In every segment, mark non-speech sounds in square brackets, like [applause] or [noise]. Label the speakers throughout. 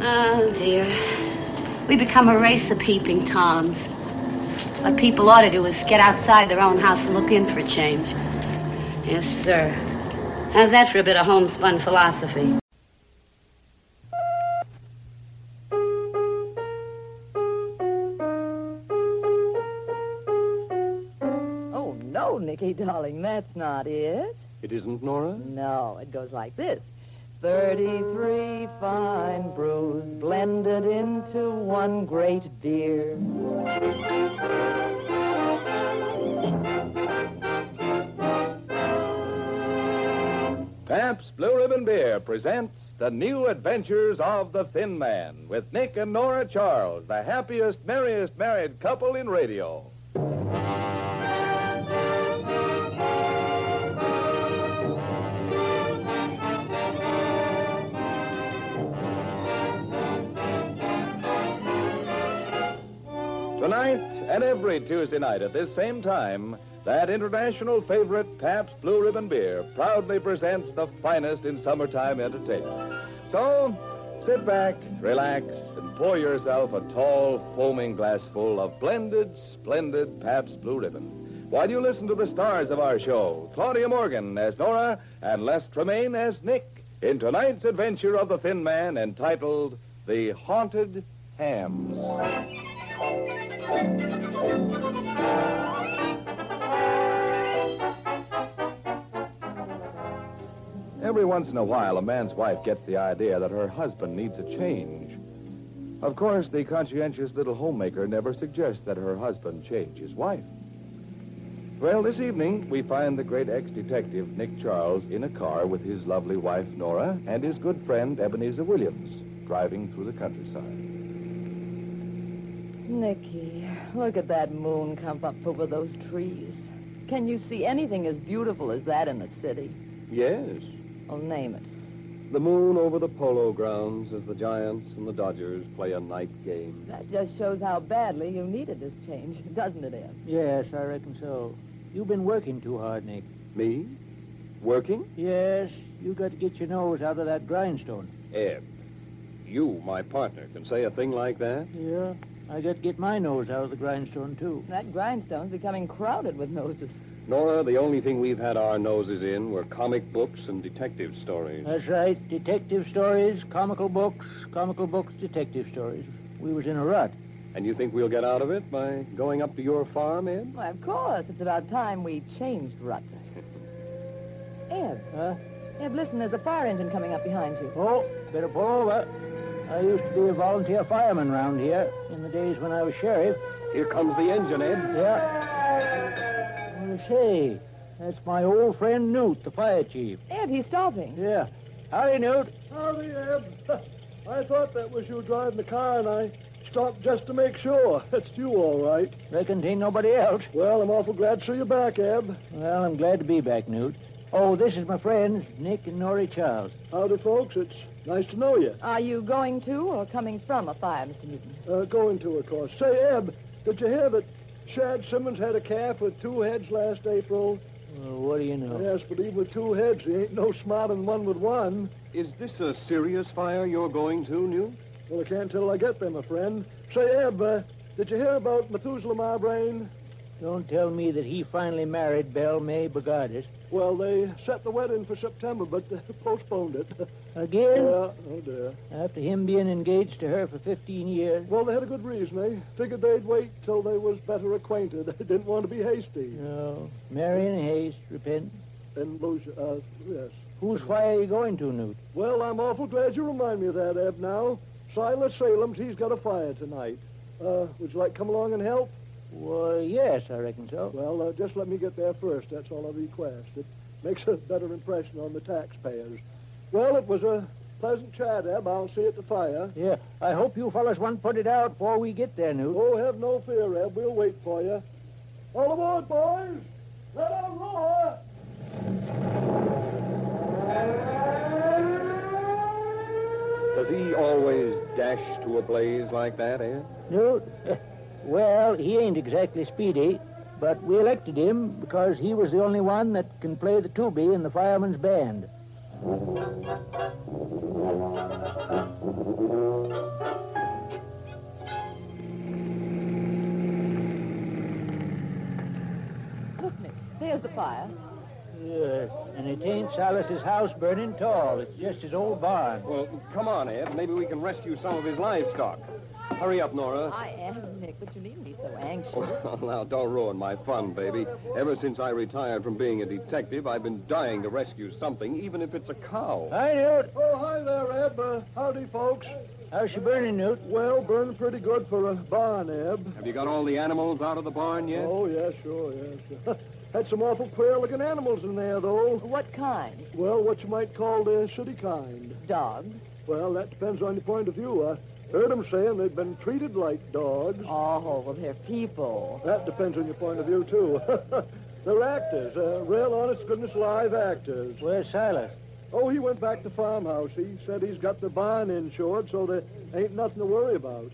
Speaker 1: Oh, dear. We become a race of peeping toms. What people ought to do is get outside their own house and look in for a change. Yes, sir. How's that for a bit of homespun philosophy?
Speaker 2: Oh, no, Nicky, [laughs] darling, that's not it.
Speaker 3: It isn't, Nora?
Speaker 2: No, it goes like this. 33 fine brews blended into one great beer.
Speaker 4: Pabst Blue Ribbon Beer presents The New Adventures of the Thin Man with Nick and Nora Charles, the happiest, merriest married couple in radio. Tonight and every Tuesday night at this same time, that international favorite Pabst Blue Ribbon Beer proudly presents the finest in summertime entertainment. So, sit back, relax, and pour yourself a tall, foaming glassful of blended, splendid Pabst Blue Ribbon. While you listen to the stars of our show, Claudia Morgan as Nora and Les Tremaine as Nick, in tonight's adventure of the Thin Man entitled The Haunted Hams. Every once in a while, a man's wife gets the idea that her husband needs a change. Of course, the conscientious little homemaker never suggests that her husband change his wife. Well, this evening, we find the great ex detective, Nick Charles, in a car with his lovely wife, Nora, and his good friend, Ebenezer Williams, driving through the countryside.
Speaker 2: Nicky, look at that moon come up over those trees. Can you see anything as beautiful as that in the city?
Speaker 3: Yes.
Speaker 2: Oh, name it.
Speaker 3: The moon over the polo grounds as the Giants and the Dodgers play a night game.
Speaker 2: That just shows how badly you needed this change, [laughs] doesn't it, Ed?
Speaker 5: Yes, I reckon so. You've been working too hard, Nick.
Speaker 3: Me? Working?
Speaker 5: Yes, you got to get your nose out of that grindstone.
Speaker 3: Eb. You, my partner, can say a thing like that?
Speaker 5: Yeah. I got to get my nose out of the grindstone, too.
Speaker 2: That grindstone's becoming crowded with noses.
Speaker 3: Nora, the only thing we've had our noses in were comic books and detective stories.
Speaker 5: That's right. Detective stories, comical books, comical books, detective stories. We was in a rut.
Speaker 3: And you think we'll get out of it by going up to your farm, Eb?
Speaker 2: Why, of course. It's about time we changed [laughs] ruts. Eb,
Speaker 5: Huh?
Speaker 2: Eb, listen, there's a fire engine coming up behind you.
Speaker 5: Oh, better pull over. I used to be a volunteer fireman round here in the days when I was sheriff.
Speaker 3: Here comes the engine, Eb.
Speaker 5: Yeah. Well, say, that's my old friend Newt, the fire chief.
Speaker 2: Eb, he's stopping.
Speaker 5: Yeah. Howdy, Newt.
Speaker 6: Howdy, Eb. [laughs] I thought that was you driving the car, and I stopped just to make sure. [laughs] It's you, all right.
Speaker 5: Reckon ain't nobody else.
Speaker 6: Well, I'm awful glad to see you back, Eb.
Speaker 5: Well, I'm glad to be back, Newt. Oh, this is my friends, Nick and Norrie Charles.
Speaker 6: Howdy, folks. It's nice to know you.
Speaker 2: Are you going to or coming from a fire, Mr. Newton?
Speaker 6: Uh, going to, of course. Say, Eb, did you hear that Shad Simmons had a calf with two heads last April?
Speaker 5: Well, Oh, what do you know?
Speaker 6: Yes, but even with two heads, he ain't no smarter than one with one.
Speaker 3: Is this a serious fire you're going to, Newt?
Speaker 6: Well, I can't till I get there, my friend. Say, Eb, uh, did you hear about Methuselah Marbrain?
Speaker 5: Don't tell me that he finally married Belle May Bogardus.
Speaker 6: Well, they set the wedding for September, but they [laughs] postponed it. yeah,
Speaker 5: Again?
Speaker 6: oh dear.
Speaker 5: After him being engaged to her for 15 years.
Speaker 6: Well, they had a good reason, eh? Figured they'd wait till they was better acquainted. [laughs] They didn't want to be hasty.
Speaker 5: No. Marion Hayes, repent.
Speaker 6: And lose, uh, yes.
Speaker 5: Whose fire are you going to, Newt?
Speaker 6: Well, I'm awful glad you remind me of that, Eb, now. Silas Salem's, he's got a fire tonight. Uh, would you like to come along and help?
Speaker 5: Why, yes, I reckon so.
Speaker 6: Well, uh, just let me get there first. That's all I request. It makes a better impression on the taxpayers. Well, it was a pleasant chat, Eb. I'll see you at the fire.
Speaker 5: Yeah, I hope you fellas won't put it out before we get there, Newt.
Speaker 6: Oh, have no fear, Eb. We'll wait for you. All aboard, boys! Let out roar!
Speaker 3: Does he always dash to a blaze like that, Eb?
Speaker 5: Newt? well, he ain't exactly speedy, but we elected him because he was the only one that can play the tubie in the fireman's band.
Speaker 2: Here's the fire.
Speaker 5: Yeah, and it ain't Silas's house burning at all. It's just his old barn.
Speaker 3: Well, come on, Ed. Maybe we can rescue some of his livestock. Hurry up, Nora.
Speaker 2: I am, Nick, but you needn't be so anxious.
Speaker 3: [laughs] Well, now, don't ruin my fun, baby. Ever since I retired from being a detective, I've been dying to rescue something, even if it's a cow.
Speaker 5: Hi, Newt.
Speaker 6: Oh, hi there, Eb. Uh, howdy, folks.
Speaker 5: How's she burning, Newt?
Speaker 6: Well, burning pretty good for a barn, Eb.
Speaker 3: Have you got all the animals out of the barn yet?
Speaker 6: Oh, yes, sure, [laughs] yes. Had some awful queer-looking animals in there, though.
Speaker 2: What kind?
Speaker 6: Well, what you might call the city kind.
Speaker 2: Dogs?
Speaker 6: Well, that depends on your point of view. I heard 'em saying they'd been treated like dogs.
Speaker 2: Oh, well, they're people.
Speaker 6: That depends on your point of view, too. [laughs] They're actors, uh, real honest goodness live actors.
Speaker 5: Where's Silas?
Speaker 6: Oh, he went back to farmhouse. He said he's got the barn insured, so there ain't nothing to worry about.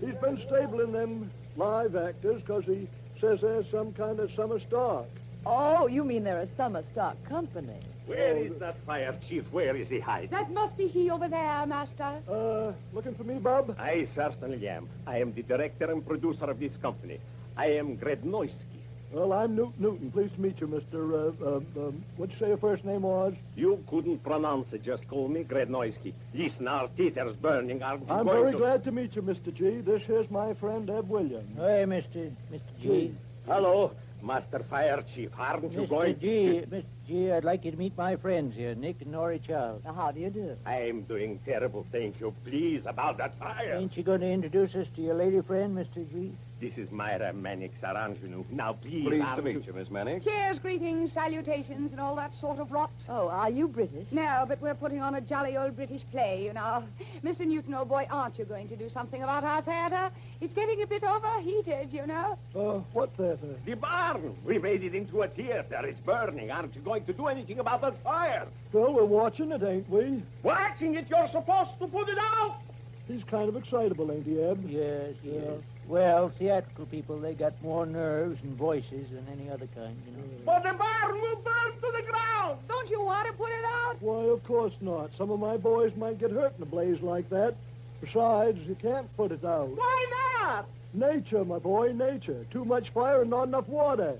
Speaker 6: He's been stabling them live actors 'cause he says there's some kind of summer stock.
Speaker 2: Oh, you mean they're a summer stock company.
Speaker 7: Where is that fire chief? Where is he hiding?
Speaker 8: That must be he over there, Master.
Speaker 6: Uh, looking for me, Bob?
Speaker 7: I certainly am. I am the director and producer of this company. I am Grednoisky.
Speaker 6: Well, I'm Newt Newton. Pleased to meet you, Mr. Uh, uh, um, what'd you say your first name was?
Speaker 7: You couldn't pronounce it. Just call me Grednoisky. Listen, our teeth are burning. Are we
Speaker 6: I'm
Speaker 7: going
Speaker 6: very
Speaker 7: to...
Speaker 6: glad to meet you, Mr. G. This here's my friend, Eb Williams.
Speaker 5: Hey, Mr. Mr. G.
Speaker 7: Hello, Master Fire Chief. Aren't you going?
Speaker 5: Mr. G. Mr. G. I'd like you to meet my friends here, Nick and Nora Charles.
Speaker 2: Now, how do you do?
Speaker 7: I am doing terrible. Thank you. Please, about that fire.
Speaker 5: Ain't you going to introduce us to your lady friend, Mr. G?
Speaker 7: This is Myra Manix Aranjunou. Now, please.
Speaker 3: Pleased to
Speaker 7: aren't
Speaker 3: meet you, Miss Mannix.
Speaker 8: Cheers, greetings, salutations, and all that sort of rot.
Speaker 2: Oh, are you British?
Speaker 8: No, but we're putting on a jolly old British play, you know. Mr. Newton, old boy, aren't you going to do something about our theater? It's getting a bit overheated, you know.
Speaker 6: Uh, what theater?
Speaker 7: The barn. We made it into a theater. It's burning. Aren't you going to do anything about that fire?
Speaker 6: Well, we're watching it, ain't we?
Speaker 7: Watching it, you're supposed to put it out.
Speaker 6: He's kind of excitable, ain't he, Eb?
Speaker 5: Yes, yes.
Speaker 6: Yeah.
Speaker 5: Well, theatrical people, they got more nerves and voices than any other kind, you know.
Speaker 7: But the barn will burn to the ground.
Speaker 8: Don't you want to put it out?
Speaker 6: Why, of course not. Some of my boys might get hurt in a blaze like that. Besides, you can't put it out.
Speaker 7: Why not?
Speaker 6: Nature, my boy, nature. Too much fire and not enough water.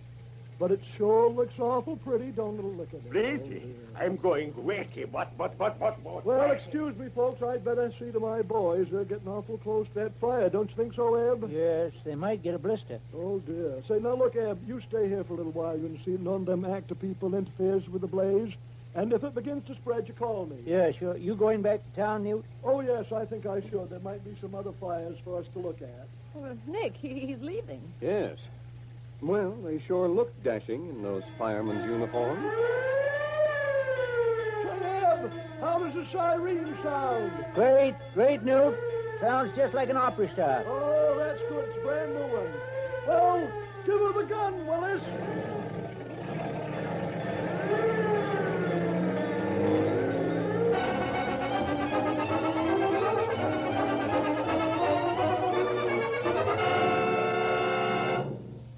Speaker 6: But it sure looks awful pretty, don't it? Look at it.
Speaker 7: Really? I'm going wacky. What, what, what, what, what?
Speaker 6: Well, excuse me, folks. I'd better see to my boys. They're getting awful close to that fire. Don't you think so, Eb?
Speaker 2: Mm-hmm.
Speaker 5: Yes, they might get a blister.
Speaker 6: Oh, dear. Say, now look, Eb, you stay here for a little while. You can see none of them actor people interferes with the blaze. And if it begins to spread, you call me.
Speaker 5: Yeah, sure. You going back to town, Newt?
Speaker 6: Oh, yes, I think I should. There might be some other fires for us to look at.
Speaker 2: Well, Nick, he, he's leaving.
Speaker 3: Yes. Well, they sure look dashing in those firemen's uniforms.
Speaker 6: Say, Eb, how does the siren sound?
Speaker 5: Great, great, Newt. Sounds just like an opera star.
Speaker 6: Oh, that's good. It's a brand new one. Well, give her the gun, Willis.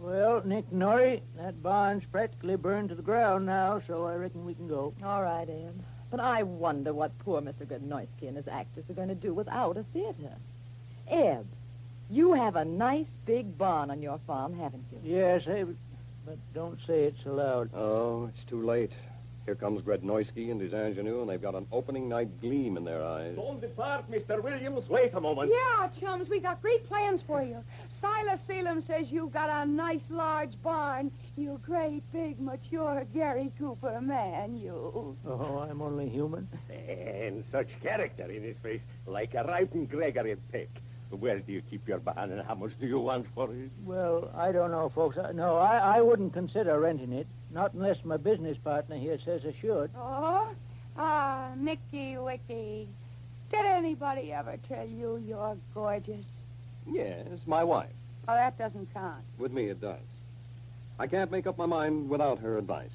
Speaker 5: Well, Nick Norrie, that barn's practically burned to the ground now, so I reckon we can go.
Speaker 2: All right, Anne. But I wonder what poor Mr. Grodnoisky and his actors are going to do without a theater. Eb, you have a nice big barn on your farm, haven't you?
Speaker 5: Yes, hey, but- but don't say it so loud.
Speaker 3: Oh, it's too late. Here comes Grednoisky and his ingenue, and they've got an opening night gleam in their eyes.
Speaker 7: Don't depart, Mr. Williams. Wait a moment.
Speaker 8: Yeah, chums, we got great plans for you. Silas Salem says you've got a nice large barn. You're a great, big, mature Gary Cooper man, you.
Speaker 5: Oh, I'm only human.
Speaker 7: And such character in his face, like a ripened Gregory Peck. Where do you keep your barn and how much do you want for it?
Speaker 5: Well, I don't know, folks. I- No, I, I wouldn't consider renting it, not unless my business partner here says I should.
Speaker 8: Oh, ah, Nicky Wicky. Did anybody ever tell you you're gorgeous?
Speaker 3: Yes, my wife.
Speaker 8: Oh, that doesn't count.
Speaker 3: With me, it does. I can't make up my mind without her advice.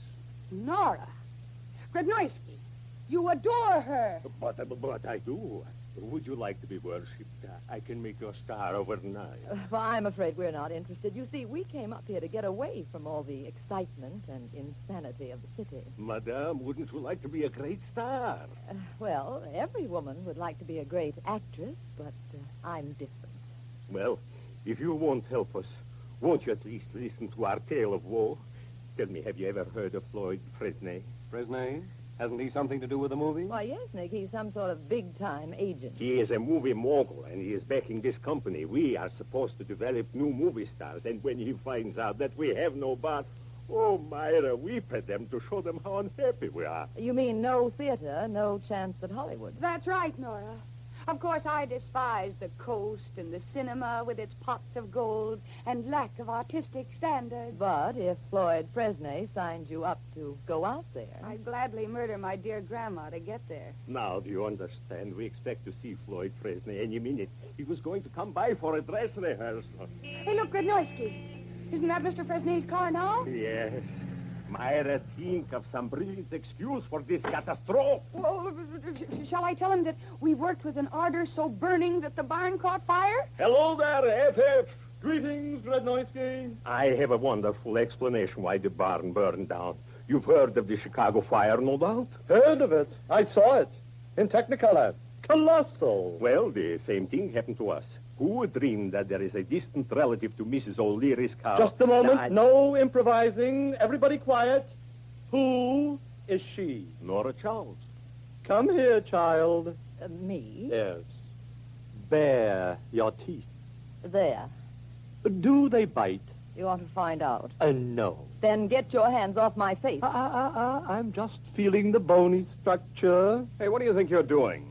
Speaker 8: Nora. Grodnoisky. You adore her.
Speaker 7: But, but I do. Would you like to be worshipped? I can make you a star overnight.
Speaker 2: Well, I'm afraid we're not interested. You see, we came up here to get away from all the excitement and insanity of the city.
Speaker 7: Madame, wouldn't you like to be a great star?
Speaker 2: Uh, well, every woman would like to be a great actress, but uh, I'm different.
Speaker 7: Well, if you won't help us, won't you at least listen to our tale of woe?
Speaker 4: Tell me, have you ever heard of Floyd Fresnay?
Speaker 7: Fresnay? Hasn't he something to do with the movie?
Speaker 2: Why, yes, Nick, he's some sort of big-time agent.
Speaker 4: He is a movie mogul, and he is backing this company. We are supposed to develop new movie stars, and when he finds out that we have no bar, oh, Myra, weep at them to show them how unhappy we are.
Speaker 2: You mean no theater, no chance at Hollywood?
Speaker 8: That's right, Nora. Of course, I despise the coast and the cinema with its pots of gold and lack of artistic standards.
Speaker 2: But if Floyd Fresnay signed you up to go out there,
Speaker 8: I'd gladly murder my dear grandma to get there.
Speaker 4: Now, do you understand? We expect to see Floyd Fresnay any minute. He was going to come by for a dress rehearsal.
Speaker 8: Hey, look, Gradnoisky. Isn't that Mr. Fresnay's car now?
Speaker 4: Yes. Myra, think of some brilliant excuse for this catastrophe.
Speaker 8: Well, shall I tell him that we worked with an ardor so burning that the barn caught fire?
Speaker 5: Hello there, FF. Greetings, Rednoisky.
Speaker 4: I have a wonderful explanation why the barn burned down. You've heard of the Chicago fire, no doubt?
Speaker 5: Heard of it. I saw it. In Technicolor. Colossal.
Speaker 4: Well, the same thing happened to us. Who would dream that there is a distant relative to Mrs. O'Leary's cow?
Speaker 5: Just a moment.
Speaker 4: That-
Speaker 5: No improvising. Everybody quiet. Who is she?
Speaker 4: Nora Charles.
Speaker 5: Come here, child.
Speaker 2: uh, me,
Speaker 5: Yes. Bare Uh, your teeth.
Speaker 2: there.
Speaker 5: Do they bite?
Speaker 2: You want to find out?
Speaker 5: Uh, no.
Speaker 2: Then get your hands off my face.
Speaker 5: Ah, ah, ah, ah, I'm just feeling the bony structure.
Speaker 7: Hey, what do you think you're doing?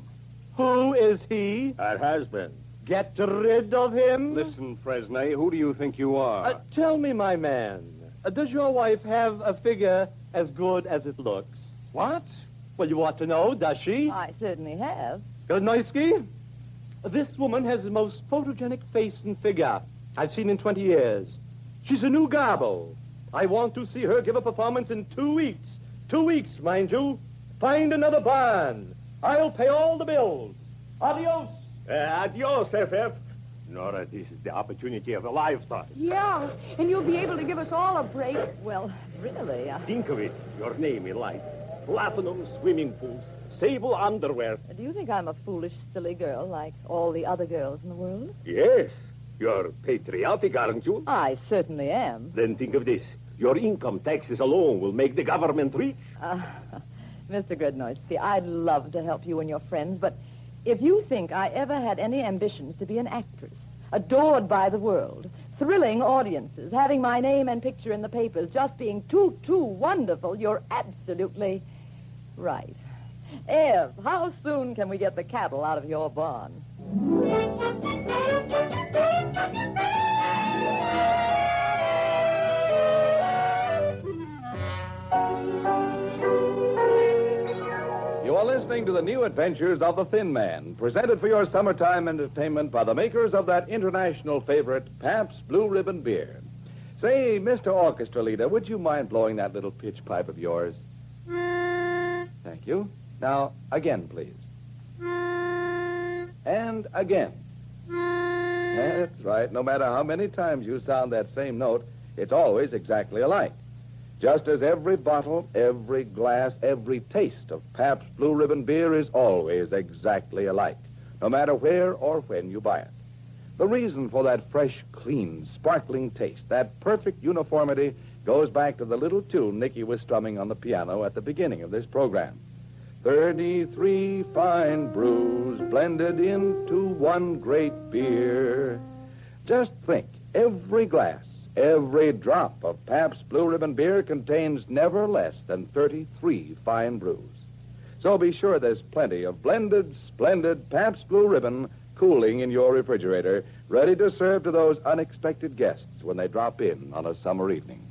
Speaker 5: Who is he?
Speaker 4: Her husband.
Speaker 5: Get rid of him.
Speaker 7: Listen, Fresnay, who do you think you are?
Speaker 5: Uh, tell me, my man, uh, does your wife have a figure as good as it looks? What? Well, you ought to know, does she?
Speaker 2: I certainly have.
Speaker 5: Gornoisky, this woman has the most photogenic face and figure I've seen in 20 years. She's a new garbo. I want to see her give a performance in two weeks. Two weeks, mind you. Find another barn. I'll pay all the bills. Adios.
Speaker 4: Uh, adios, FF. Nora, this is the opportunity of a lifetime.
Speaker 8: Yeah, Oh, and you'll be able to give us all a break.
Speaker 2: Well, really, uh,
Speaker 4: Think of it. Your name in life. Platinum swimming pools. Sable underwear.
Speaker 2: do you think I'm a foolish, silly girl like all the other girls in the world?
Speaker 4: Yes. You're patriotic, aren't you?
Speaker 2: I certainly am.
Speaker 4: Then think of this. Your income taxes alone will make the government rich.
Speaker 2: Uh, [laughs] Mr. Grednoisky, I'd love to help you and your friends, but if you think I ever had any ambitions to be an actress, adored by the world, thrilling audiences, having my name and picture in the papers, just being too, too wonderful, you're absolutely right. Ev, how soon can we get the cattle out of your barn?
Speaker 5: You are listening to the new adventures of the Thin Man, presented for your summertime entertainment by the makers of that international favorite, Pabst Blue Ribbon Beer. Say, Mr. Orchestra Leader, would you mind blowing that little pitch pipe of yours? Thank you. Now, again, please. And again. That's right. No matter how many times you sound that same note, it's always exactly alike. Just as every bottle, every glass, every taste of Pabst Blue Ribbon beer is always exactly alike, no matter where or when you buy it. The reason for that fresh, clean, sparkling taste, that perfect uniformity, goes back to the little tune Nicky was strumming on the piano at the beginning of this program. 33 fine brews blended into one great beer. Just think, every glass, every drop of Pabst Blue Ribbon beer contains never less than 33 fine brews. So be sure there's plenty of blended, splendid Pabst Blue Ribbon cooling in your refrigerator, ready to serve to those unexpected guests when they drop in on a summer evening.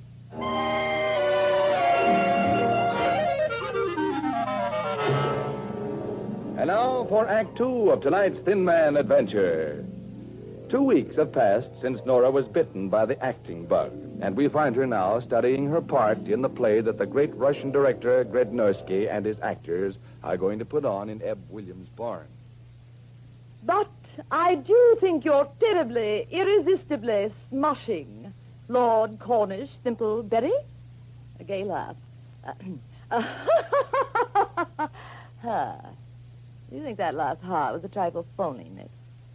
Speaker 5: And now for Act Two of tonight's Thin Man adventure. Two weeks have passed since Nora was bitten by the acting bug, and we find her now studying her part in the play that the great Russian director Grednorsky and his actors are going to put on in Eb Williams' barn.
Speaker 2: But I do think you're terribly, irresistibly smushing, Lord Cornish Thimpleberry. A gay laugh. [clears throat] Uh, you think that last ha was a trifle phony, Nick?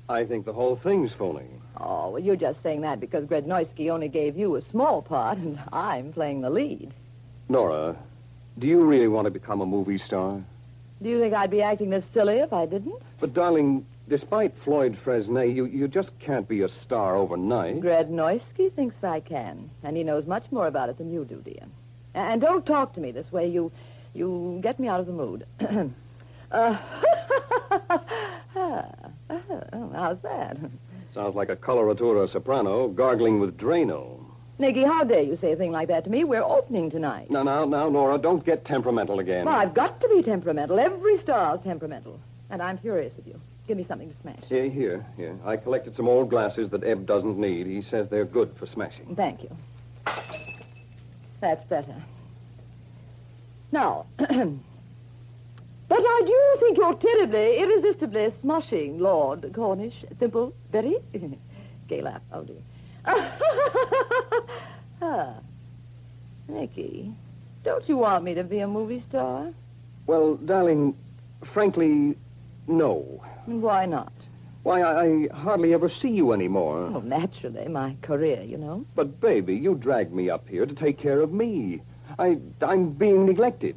Speaker 4: I think the whole thing's phony.
Speaker 2: Oh, well, you're just saying that because Grednoisky only gave you a small part, and I'm playing the lead.
Speaker 4: Nora, do you really want to become a movie star?
Speaker 2: Do you think I'd be acting this silly if I didn't?
Speaker 4: But, darling, despite Floyd Fresnay, you, you just can't be a star overnight.
Speaker 2: Grednoisky thinks I can, and he knows much more about it than you do, dear. A- And don't talk to me this way. You, you get me out of the mood. [clears throat] uh, [laughs] how's that?
Speaker 4: Sounds like a coloratura soprano gargling with Drano.
Speaker 2: Nicky, how dare you say a thing like that to me? We're opening tonight.
Speaker 4: Now, now, now, Nora, don't get temperamental again.
Speaker 2: Well, I've got to be temperamental. Every star's temperamental. And I'm furious with you. Give me something to smash.
Speaker 4: Here, here, here. I collected some old glasses that Eb doesn't need. He says they're good for smashing.
Speaker 2: Thank you. That's better. Now, [clears throat] but I do think you're terribly, irresistibly smushing, Lord Cornish. Simple, very. [laughs] Gay laugh. Oh, dear. [laughs] ah. Nicky, don't you want me to be a movie star?
Speaker 4: Well, darling, frankly, no.
Speaker 2: Why not?
Speaker 4: Why, I, I hardly ever see you anymore.
Speaker 2: Well, naturally, my career, you know.
Speaker 4: But, baby, you dragged me up here to take care of me. I, I'm being neglected.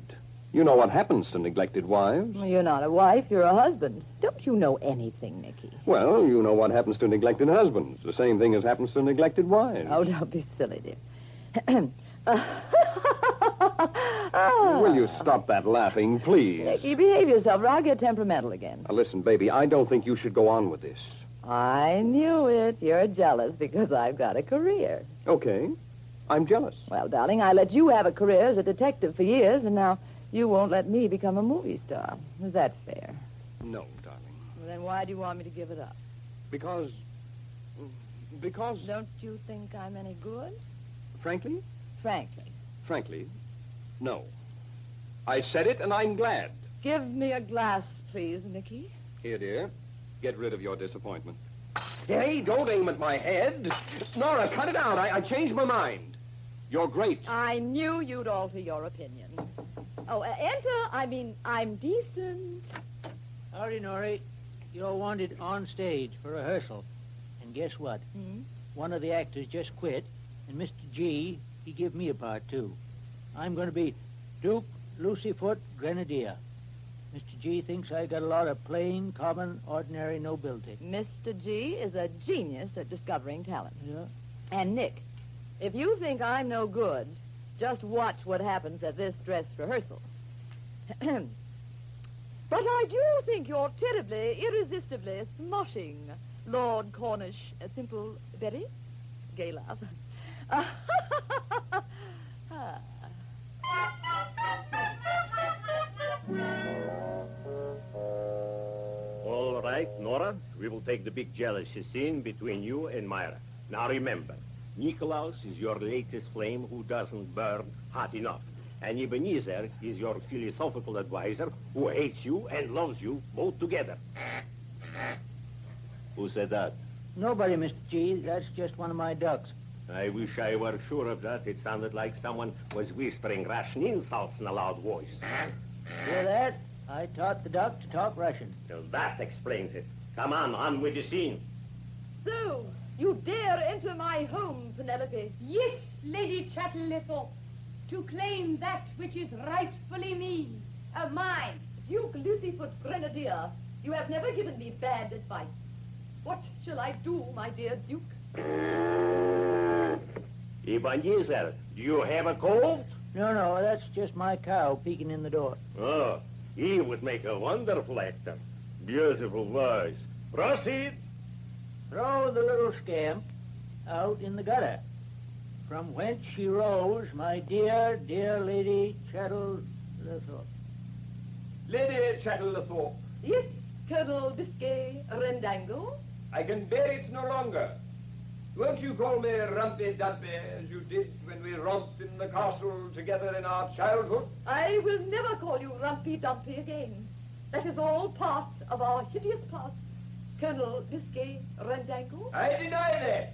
Speaker 4: You know what happens to neglected wives.
Speaker 2: You're not a wife, you're a husband. Don't you know anything, Nicky?
Speaker 4: Well, you know what happens to neglected husbands. The same thing as happens to neglected wives.
Speaker 2: Oh, don't be silly, dear. Oh.
Speaker 4: Will you stop that laughing, please?
Speaker 2: Nicky, behave yourself, or I'll get temperamental again.
Speaker 4: Now, listen, baby, I don't think you should go on with this.
Speaker 2: I knew it. You're jealous because I've got a career.
Speaker 4: Okay. I'm jealous.
Speaker 2: Well, darling, I let you have a career as a detective for years, and now you won't let me become a movie star. Is that fair?
Speaker 4: No, darling.
Speaker 2: Then why do you want me to give it up?
Speaker 4: Because. Because,
Speaker 2: Don't you think I'm any good?
Speaker 4: frankly,
Speaker 2: Frankly,
Speaker 4: frankly, no. I said it, and I'm glad.
Speaker 2: give me a glass, please, Nicky.
Speaker 4: Here, dear. Get rid of your disappointment. Hey, don't aim at my head. Nora, cut it out. I, I changed my mind. You're great.
Speaker 2: I knew you'd alter your opinion. Oh, uh, enter. I mean, I'm decent.
Speaker 5: Howdy, Norrie. You're wanted on stage for rehearsal. And guess what?
Speaker 2: Hmm?
Speaker 5: One of the actors just quit, and Mr. G, he give me a part, too. I'm going to be Duke Lucyfoot Grenadier. Mr. G thinks I got a lot of plain, common, ordinary nobility.
Speaker 2: Mr. G is a genius at discovering talent.
Speaker 5: Yeah?
Speaker 2: And Nick, if you think I'm no good, just watch what happens at this dress rehearsal. [clears throat] but I do think you're terribly, irresistibly smoshing Lord Cornish. A simple Betty? Gay laugh. [laughs] Ah.
Speaker 9: All right, Nora, we will take the big jealousy scene between you and Myra. Now remember, Nikolaus is your latest flame who doesn't burn hot enough. And Ebenezer is your philosophical advisor who hates you and loves you both together. Who said that?
Speaker 5: Nobody, Mr. G. That's just one of my ducks.
Speaker 9: I wish I were sure of that. It sounded like someone was whispering Russian insults in a loud voice.
Speaker 5: Hear that? I taught the duck to talk Russian.
Speaker 9: Now that explains it. Come on, on with the scene.
Speaker 2: so, you dare enter my home, Penelope?
Speaker 10: Yes, Lady Chatterlethorpe, to claim that which is rightfully mine, of mine.
Speaker 2: Uh, Duke Lucyfoot Grenadier, you have never given me bad advice. What shall I do, my dear Duke?
Speaker 9: Ebenezer, do you have a cold?
Speaker 5: No, no, that's just my cow peeking in the door.
Speaker 9: Oh, he would make a wonderful actor. Beautiful voice. Proceed.
Speaker 5: Throw the little scamp out in the gutter, from whence she rose, my dear, dear lady Chettle.
Speaker 4: Lady Chatterlethorpe,
Speaker 2: Yes, Colonel Biscay Rendango.
Speaker 4: I can bear it no longer. Won't you call me Rumpy Dumpy as you did when we romped in the castle together in our childhood?
Speaker 2: I will never call you Rumpy Dumpy again. That is all part of our hideous past. Colonel Biscay Rendango.
Speaker 4: I deny that.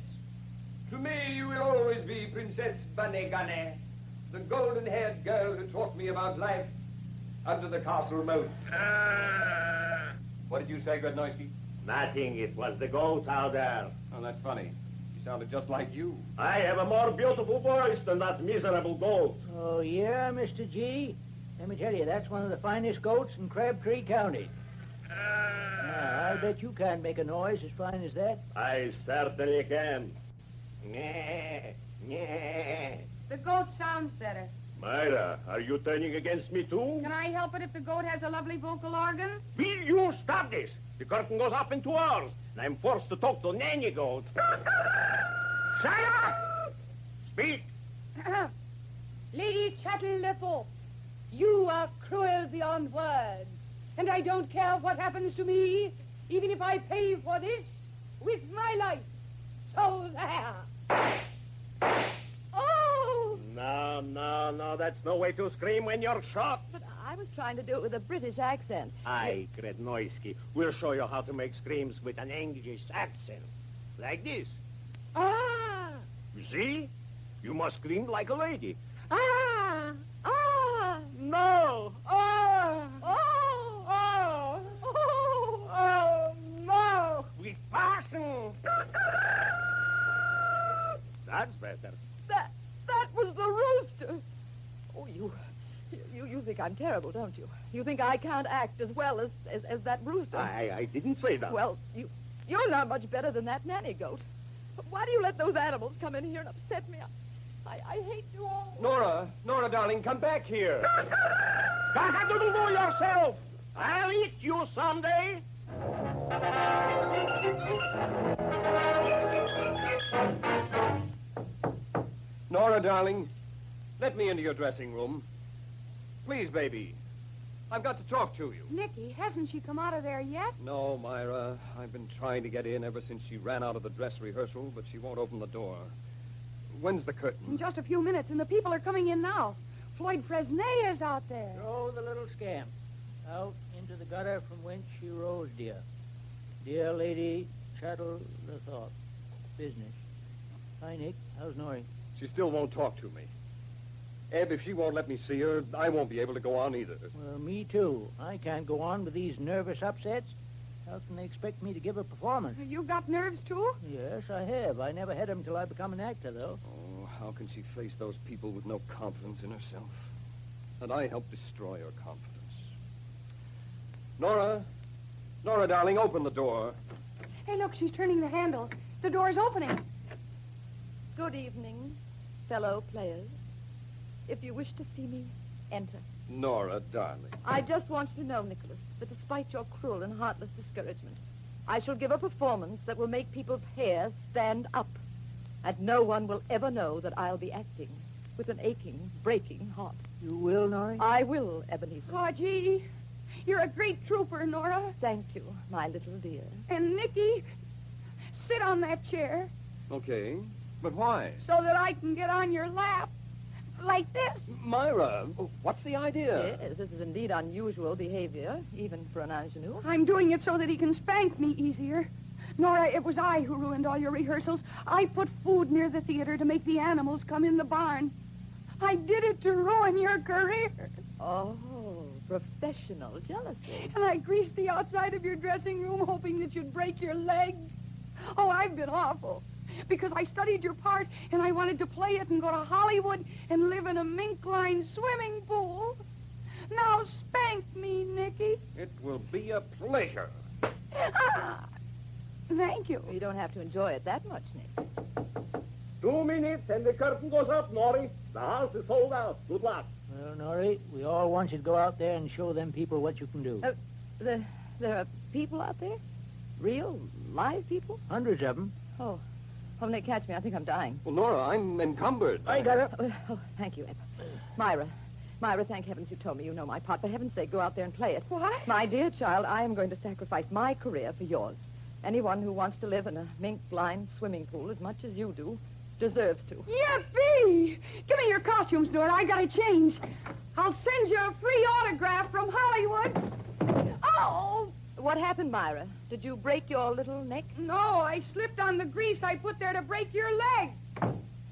Speaker 4: To me, you will always be Princess Banegane, the golden haired girl who taught me about life
Speaker 7: Ah.
Speaker 4: under the castle moat. What did you say, Grodnoisky?
Speaker 7: Uh, Nothing. It was the goat out there.
Speaker 3: Oh, that's funny. He sounded just like you.
Speaker 7: I have a more beautiful voice than that miserable goat.
Speaker 5: Oh, yeah, Mr. G? Let me tell you, that's one of the finest goats in Crabtree County. Now, I bet you can't make a noise as fine as that.
Speaker 7: I certainly can. Nyeh, nyeh.
Speaker 8: The goat sounds better.
Speaker 7: Myra, are you turning against me too?
Speaker 8: Can I help it if the goat has a lovely vocal organ?
Speaker 7: Will you stop this? The curtain goes up in two hours, and I'm forced to talk to Nanny Goat. Shut up! Speak!
Speaker 8: [coughs] Lady Chattelipple, you are cruel beyond words. And I don't care what happens to me, even if I pay for this with my life. So there. [coughs] Oh!
Speaker 7: No, no, no, that's no way to scream when you're shot.
Speaker 2: But I was trying to do it with a British accent.
Speaker 7: I, Kretnoisky, will show you how to make screams with an English accent. Like this.
Speaker 8: Ah!
Speaker 7: You see? You must scream like a lady.
Speaker 8: Ah! Ah!
Speaker 7: No! Ah!
Speaker 8: Oh!
Speaker 7: Oh!
Speaker 8: Oh!
Speaker 7: Oh, no! We
Speaker 8: [laughs]
Speaker 7: fasten! That's better.
Speaker 2: That that was the rooster. Oh, you, you, you think I'm terrible, don't you? You think I can't act as well as as, as that rooster?
Speaker 7: I, I didn't say that.
Speaker 2: Well, you, you're not much better than that nanny goat. But why do you let those animals come in here and upset me? I, I, I hate you all.
Speaker 3: Nora, Nora, darling, come back here.
Speaker 7: Cock-a-doodle-doo yourself! I'll eat you someday!
Speaker 3: Nora, darling, let me into your dressing room. Please, baby. I've got to talk to you.
Speaker 8: Nicky, hasn't she come out of there yet?
Speaker 3: No, Myra. I've been trying to get in ever since she ran out of the dress rehearsal, but she won't open the door. When's the
Speaker 8: In
Speaker 3: curtain?
Speaker 8: just a few minutes, and the people are coming in now. Floyd Fresnay is out there.
Speaker 5: Throw the little scamp out into the gutter from whence she rose, dear. Dear lady, chattel the thought. Business. Hi, Nick. How's Nori?
Speaker 3: She still won't talk to me. Eb, if she won't let me see her, I won't be able to go on either.
Speaker 5: Well, me too. I can't go on with these nervous upsets. How can they expect me to give a performance?
Speaker 8: You got nerves, too?
Speaker 5: Yes, I have. I never had them till I become an actor, though.
Speaker 3: Oh, how can she face those people with no confidence in herself? And I help destroy her confidence. Nora, Nora, darling, open the door.
Speaker 8: Hey, look, she's turning the handle. The door's opening.
Speaker 2: Good evening, fellow players. If you wish to see me, enter.
Speaker 3: Nora, darling.
Speaker 2: I just want you to know, Nicholas, that despite your cruel and heartless discouragement, I shall give a performance that will make people's hair stand up. And no one will ever know that I'll be acting with an aching, breaking heart.
Speaker 5: You will, Nori?
Speaker 2: I will, Ebenezer.
Speaker 8: Oh, gee. You're a great trooper, Nora.
Speaker 2: Thank you, my little dear.
Speaker 8: And Nicky, sit on that chair
Speaker 3: Okay, but why?
Speaker 8: so that I can get on your lap. Like this.
Speaker 3: Myra, Oh, what's the idea?
Speaker 2: Yes, this is indeed unusual behavior, even for an ingenue.
Speaker 8: I'm doing it so that he can spank me easier. Nora, it was I who ruined all your rehearsals. I put food near the theater to make the animals come in the barn. I did it to ruin your career.
Speaker 2: Oh, professional jealousy.
Speaker 8: And I greased the outside of your dressing room hoping that you'd break your leg. Oh, I've been awful. Because I studied your part and I wanted to play it and go to Hollywood and live in a mink lined swimming pool. Now spank me, Nicky.
Speaker 3: It will be a pleasure.
Speaker 8: Ah, thank you.
Speaker 2: You don't have to enjoy it that much, Nick.
Speaker 7: Two minutes and the curtain goes up, Nori. The house is sold out. Good luck.
Speaker 5: Well, Nori, we all want you to go out there and show them people what you can do.
Speaker 2: Uh, There, there are people out there? Real, live people?
Speaker 5: Hundreds of them.
Speaker 2: Oh, oh, Nick, catch me. I think I'm dying.
Speaker 3: Well, Nora, I'm encumbered.
Speaker 5: I got it.
Speaker 2: Oh, oh, thank you, Ed. Myra. Myra, thank heavens you told me you know my part. For heaven's sake, go out there and play it.
Speaker 8: What?
Speaker 2: My dear child, I am going to sacrifice my career for yours. Anyone who wants to live in a mink blind swimming pool as much as you do deserves to.
Speaker 8: Yippee! Give me your costumes, Nora. I gotta change. I'll send you a free autograph from Hollywood. Oh!
Speaker 2: What happened, Myra? Did you break your little neck?
Speaker 8: No, I slipped on the grease I put there to break your leg.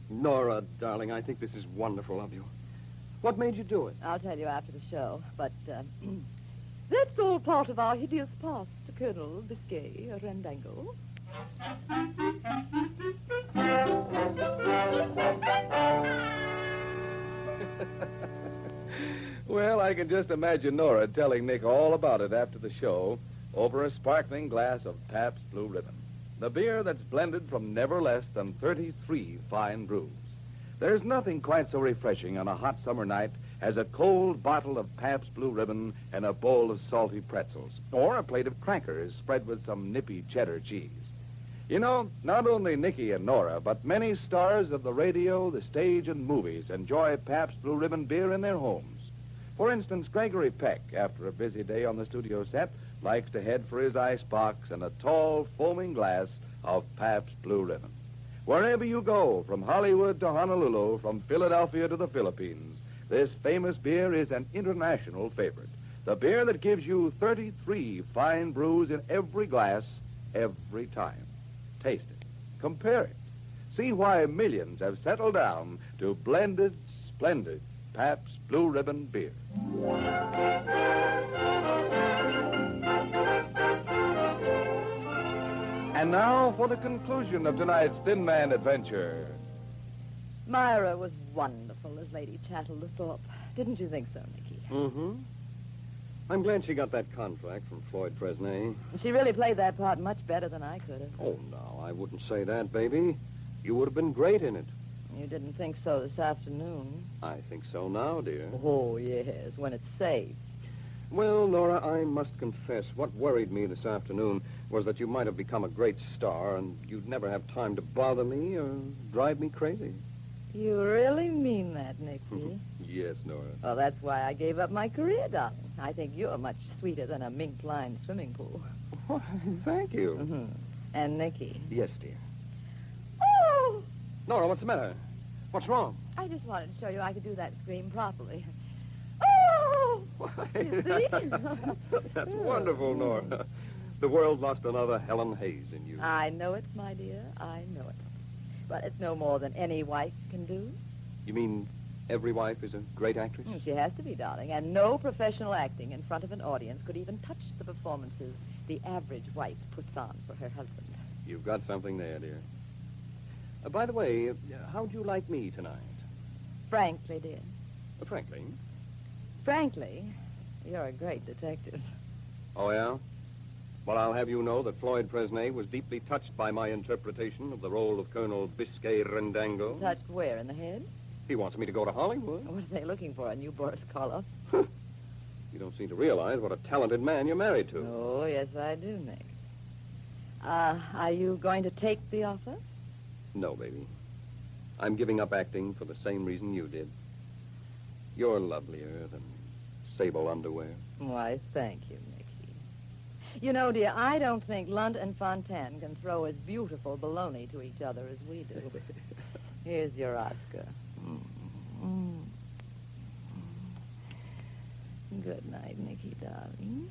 Speaker 3: Nora, darling, I think this is wonderful of you. What made you do it?
Speaker 2: [clears throat] I'll tell you after the show, but uh, that's all part of our hideous past, Colonel Biscay Randango.
Speaker 4: well, I can just imagine Nora telling Nick all about it after the show over a sparkling glass of Pabst Blue Ribbon, the beer that's blended from never less than 33 fine brews. There's nothing quite so refreshing on a hot summer night as a cold bottle of Pabst Blue Ribbon and a bowl of salty pretzels, or a plate of crackers spread with some nippy cheddar cheese. You know, not only Nicky and Nora, but many stars of the radio, the stage, and movies enjoy Pabst Blue Ribbon beer in their homes. For instance, Gregory Peck, after a busy day on the studio set, likes to head for his ice box and a tall, foaming glass of Pabst Blue Ribbon. Wherever you go, from Hollywood to Honolulu, from Philadelphia to the Philippines, this famous beer is an international favorite. The beer that gives you 33 fine brews in every glass, every time. Taste it. Compare it. See why millions have settled down to blended, splendid Pabst Blue Ribbon beer. And now for the conclusion of tonight's Thin Man adventure.
Speaker 2: Myra was wonderful as Lady Chatterlethorpe. Didn't you think so, Nicky?
Speaker 11: Mm-hmm. I'm glad she got that contract from Floyd Fresnay.
Speaker 2: She really played that part much better than I could have.
Speaker 11: Oh, no, I wouldn't say that, baby. You would have been great in it.
Speaker 2: You didn't think so this afternoon.
Speaker 11: I think so now, dear.
Speaker 2: Oh, yes, when it's safe.
Speaker 11: Well, Nora, I must confess, what worried me this afternoon was that you might have become a great star and you'd never have time to bother me or drive me crazy.
Speaker 2: You really mean that, Nicky?
Speaker 11: Yes, Nora.
Speaker 2: well, that's why I gave up my career, darling. I think you're much sweeter than a mink-lined swimming pool.
Speaker 11: Why, thank you.
Speaker 2: hmm And Nicky.
Speaker 11: Yes, dear.
Speaker 2: Oh!
Speaker 11: Nora, what's the matter? What's wrong?
Speaker 2: I just wanted to show you I could do that scream properly. Oh! [laughs] You see?
Speaker 11: [laughs] That's wonderful, Nora. The world lost another Helen Hayes in you.
Speaker 2: I know it, my dear. I know it. But it's no more than any wife can do.
Speaker 11: You mean every wife is a great actress?
Speaker 2: She has to be, darling. And no professional acting in front of an audience could even touch the performances the average wife puts on for her husband.
Speaker 11: You've got something there, dear. Uh, by the way, uh, how'd you like me tonight?
Speaker 2: Frankly, dear.
Speaker 11: Uh, frankly.
Speaker 2: Frankly, you're a great detective.
Speaker 11: Oh, yeah? Well, I'll have you know that Floyd Fresnay was deeply touched by my interpretation of the role of Colonel Biscay Rendango.
Speaker 2: Touched where? In the head?
Speaker 11: He wants me to go to Hollywood.
Speaker 2: What are they looking for? A new Boris Karloff?
Speaker 11: You don't seem to realize what a talented man you're married to.
Speaker 2: Oh, yes, I do, Nick. Uh, are you going to take the offer?
Speaker 11: No, baby. I'm giving up acting for the same reason you did. You're lovelier than sable underwear.
Speaker 2: Why, thank you, Nicky. You know, dear, I don't think Lund and Fontaine can throw as beautiful baloney to each other as we do. Here's your Oscar. Good night, Nicky, darling.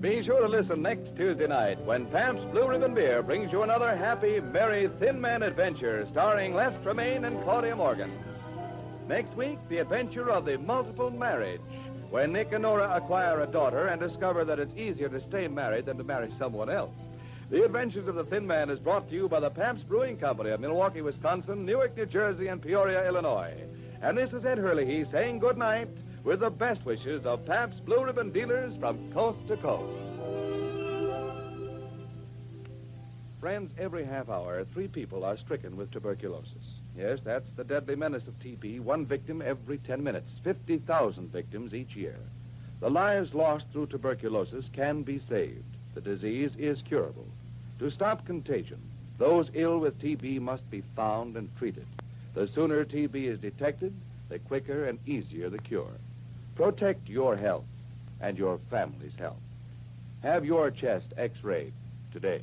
Speaker 4: Be sure to listen next Tuesday night when Pabst Blue Ribbon Beer brings you another happy, merry Thin Man adventure starring Les Tremaine and Claudia Morgan. Next week, the adventure of the multiple marriage, where Nick and Nora acquire a daughter and discover that it's easier to stay married than to marry someone else. The Adventures of the Thin Man is brought to you by the Pabst Brewing Company of Milwaukee, Wisconsin, Newark, New Jersey, and Peoria, Illinois. And this is Ed Hurley saying good night with the best wishes of Pabst Blue Ribbon dealers from coast to coast. Friends, every half hour, three people are stricken with tuberculosis. Yes, that's the deadly menace of TB, one victim every 10 minutes, 50,000 victims each year. The lives lost through tuberculosis can be saved. The disease is curable. To stop contagion, those ill with TB must be found and treated. The sooner TB is detected, the quicker and easier the cure. Protect your health and your family's health. Have your chest x rayed today.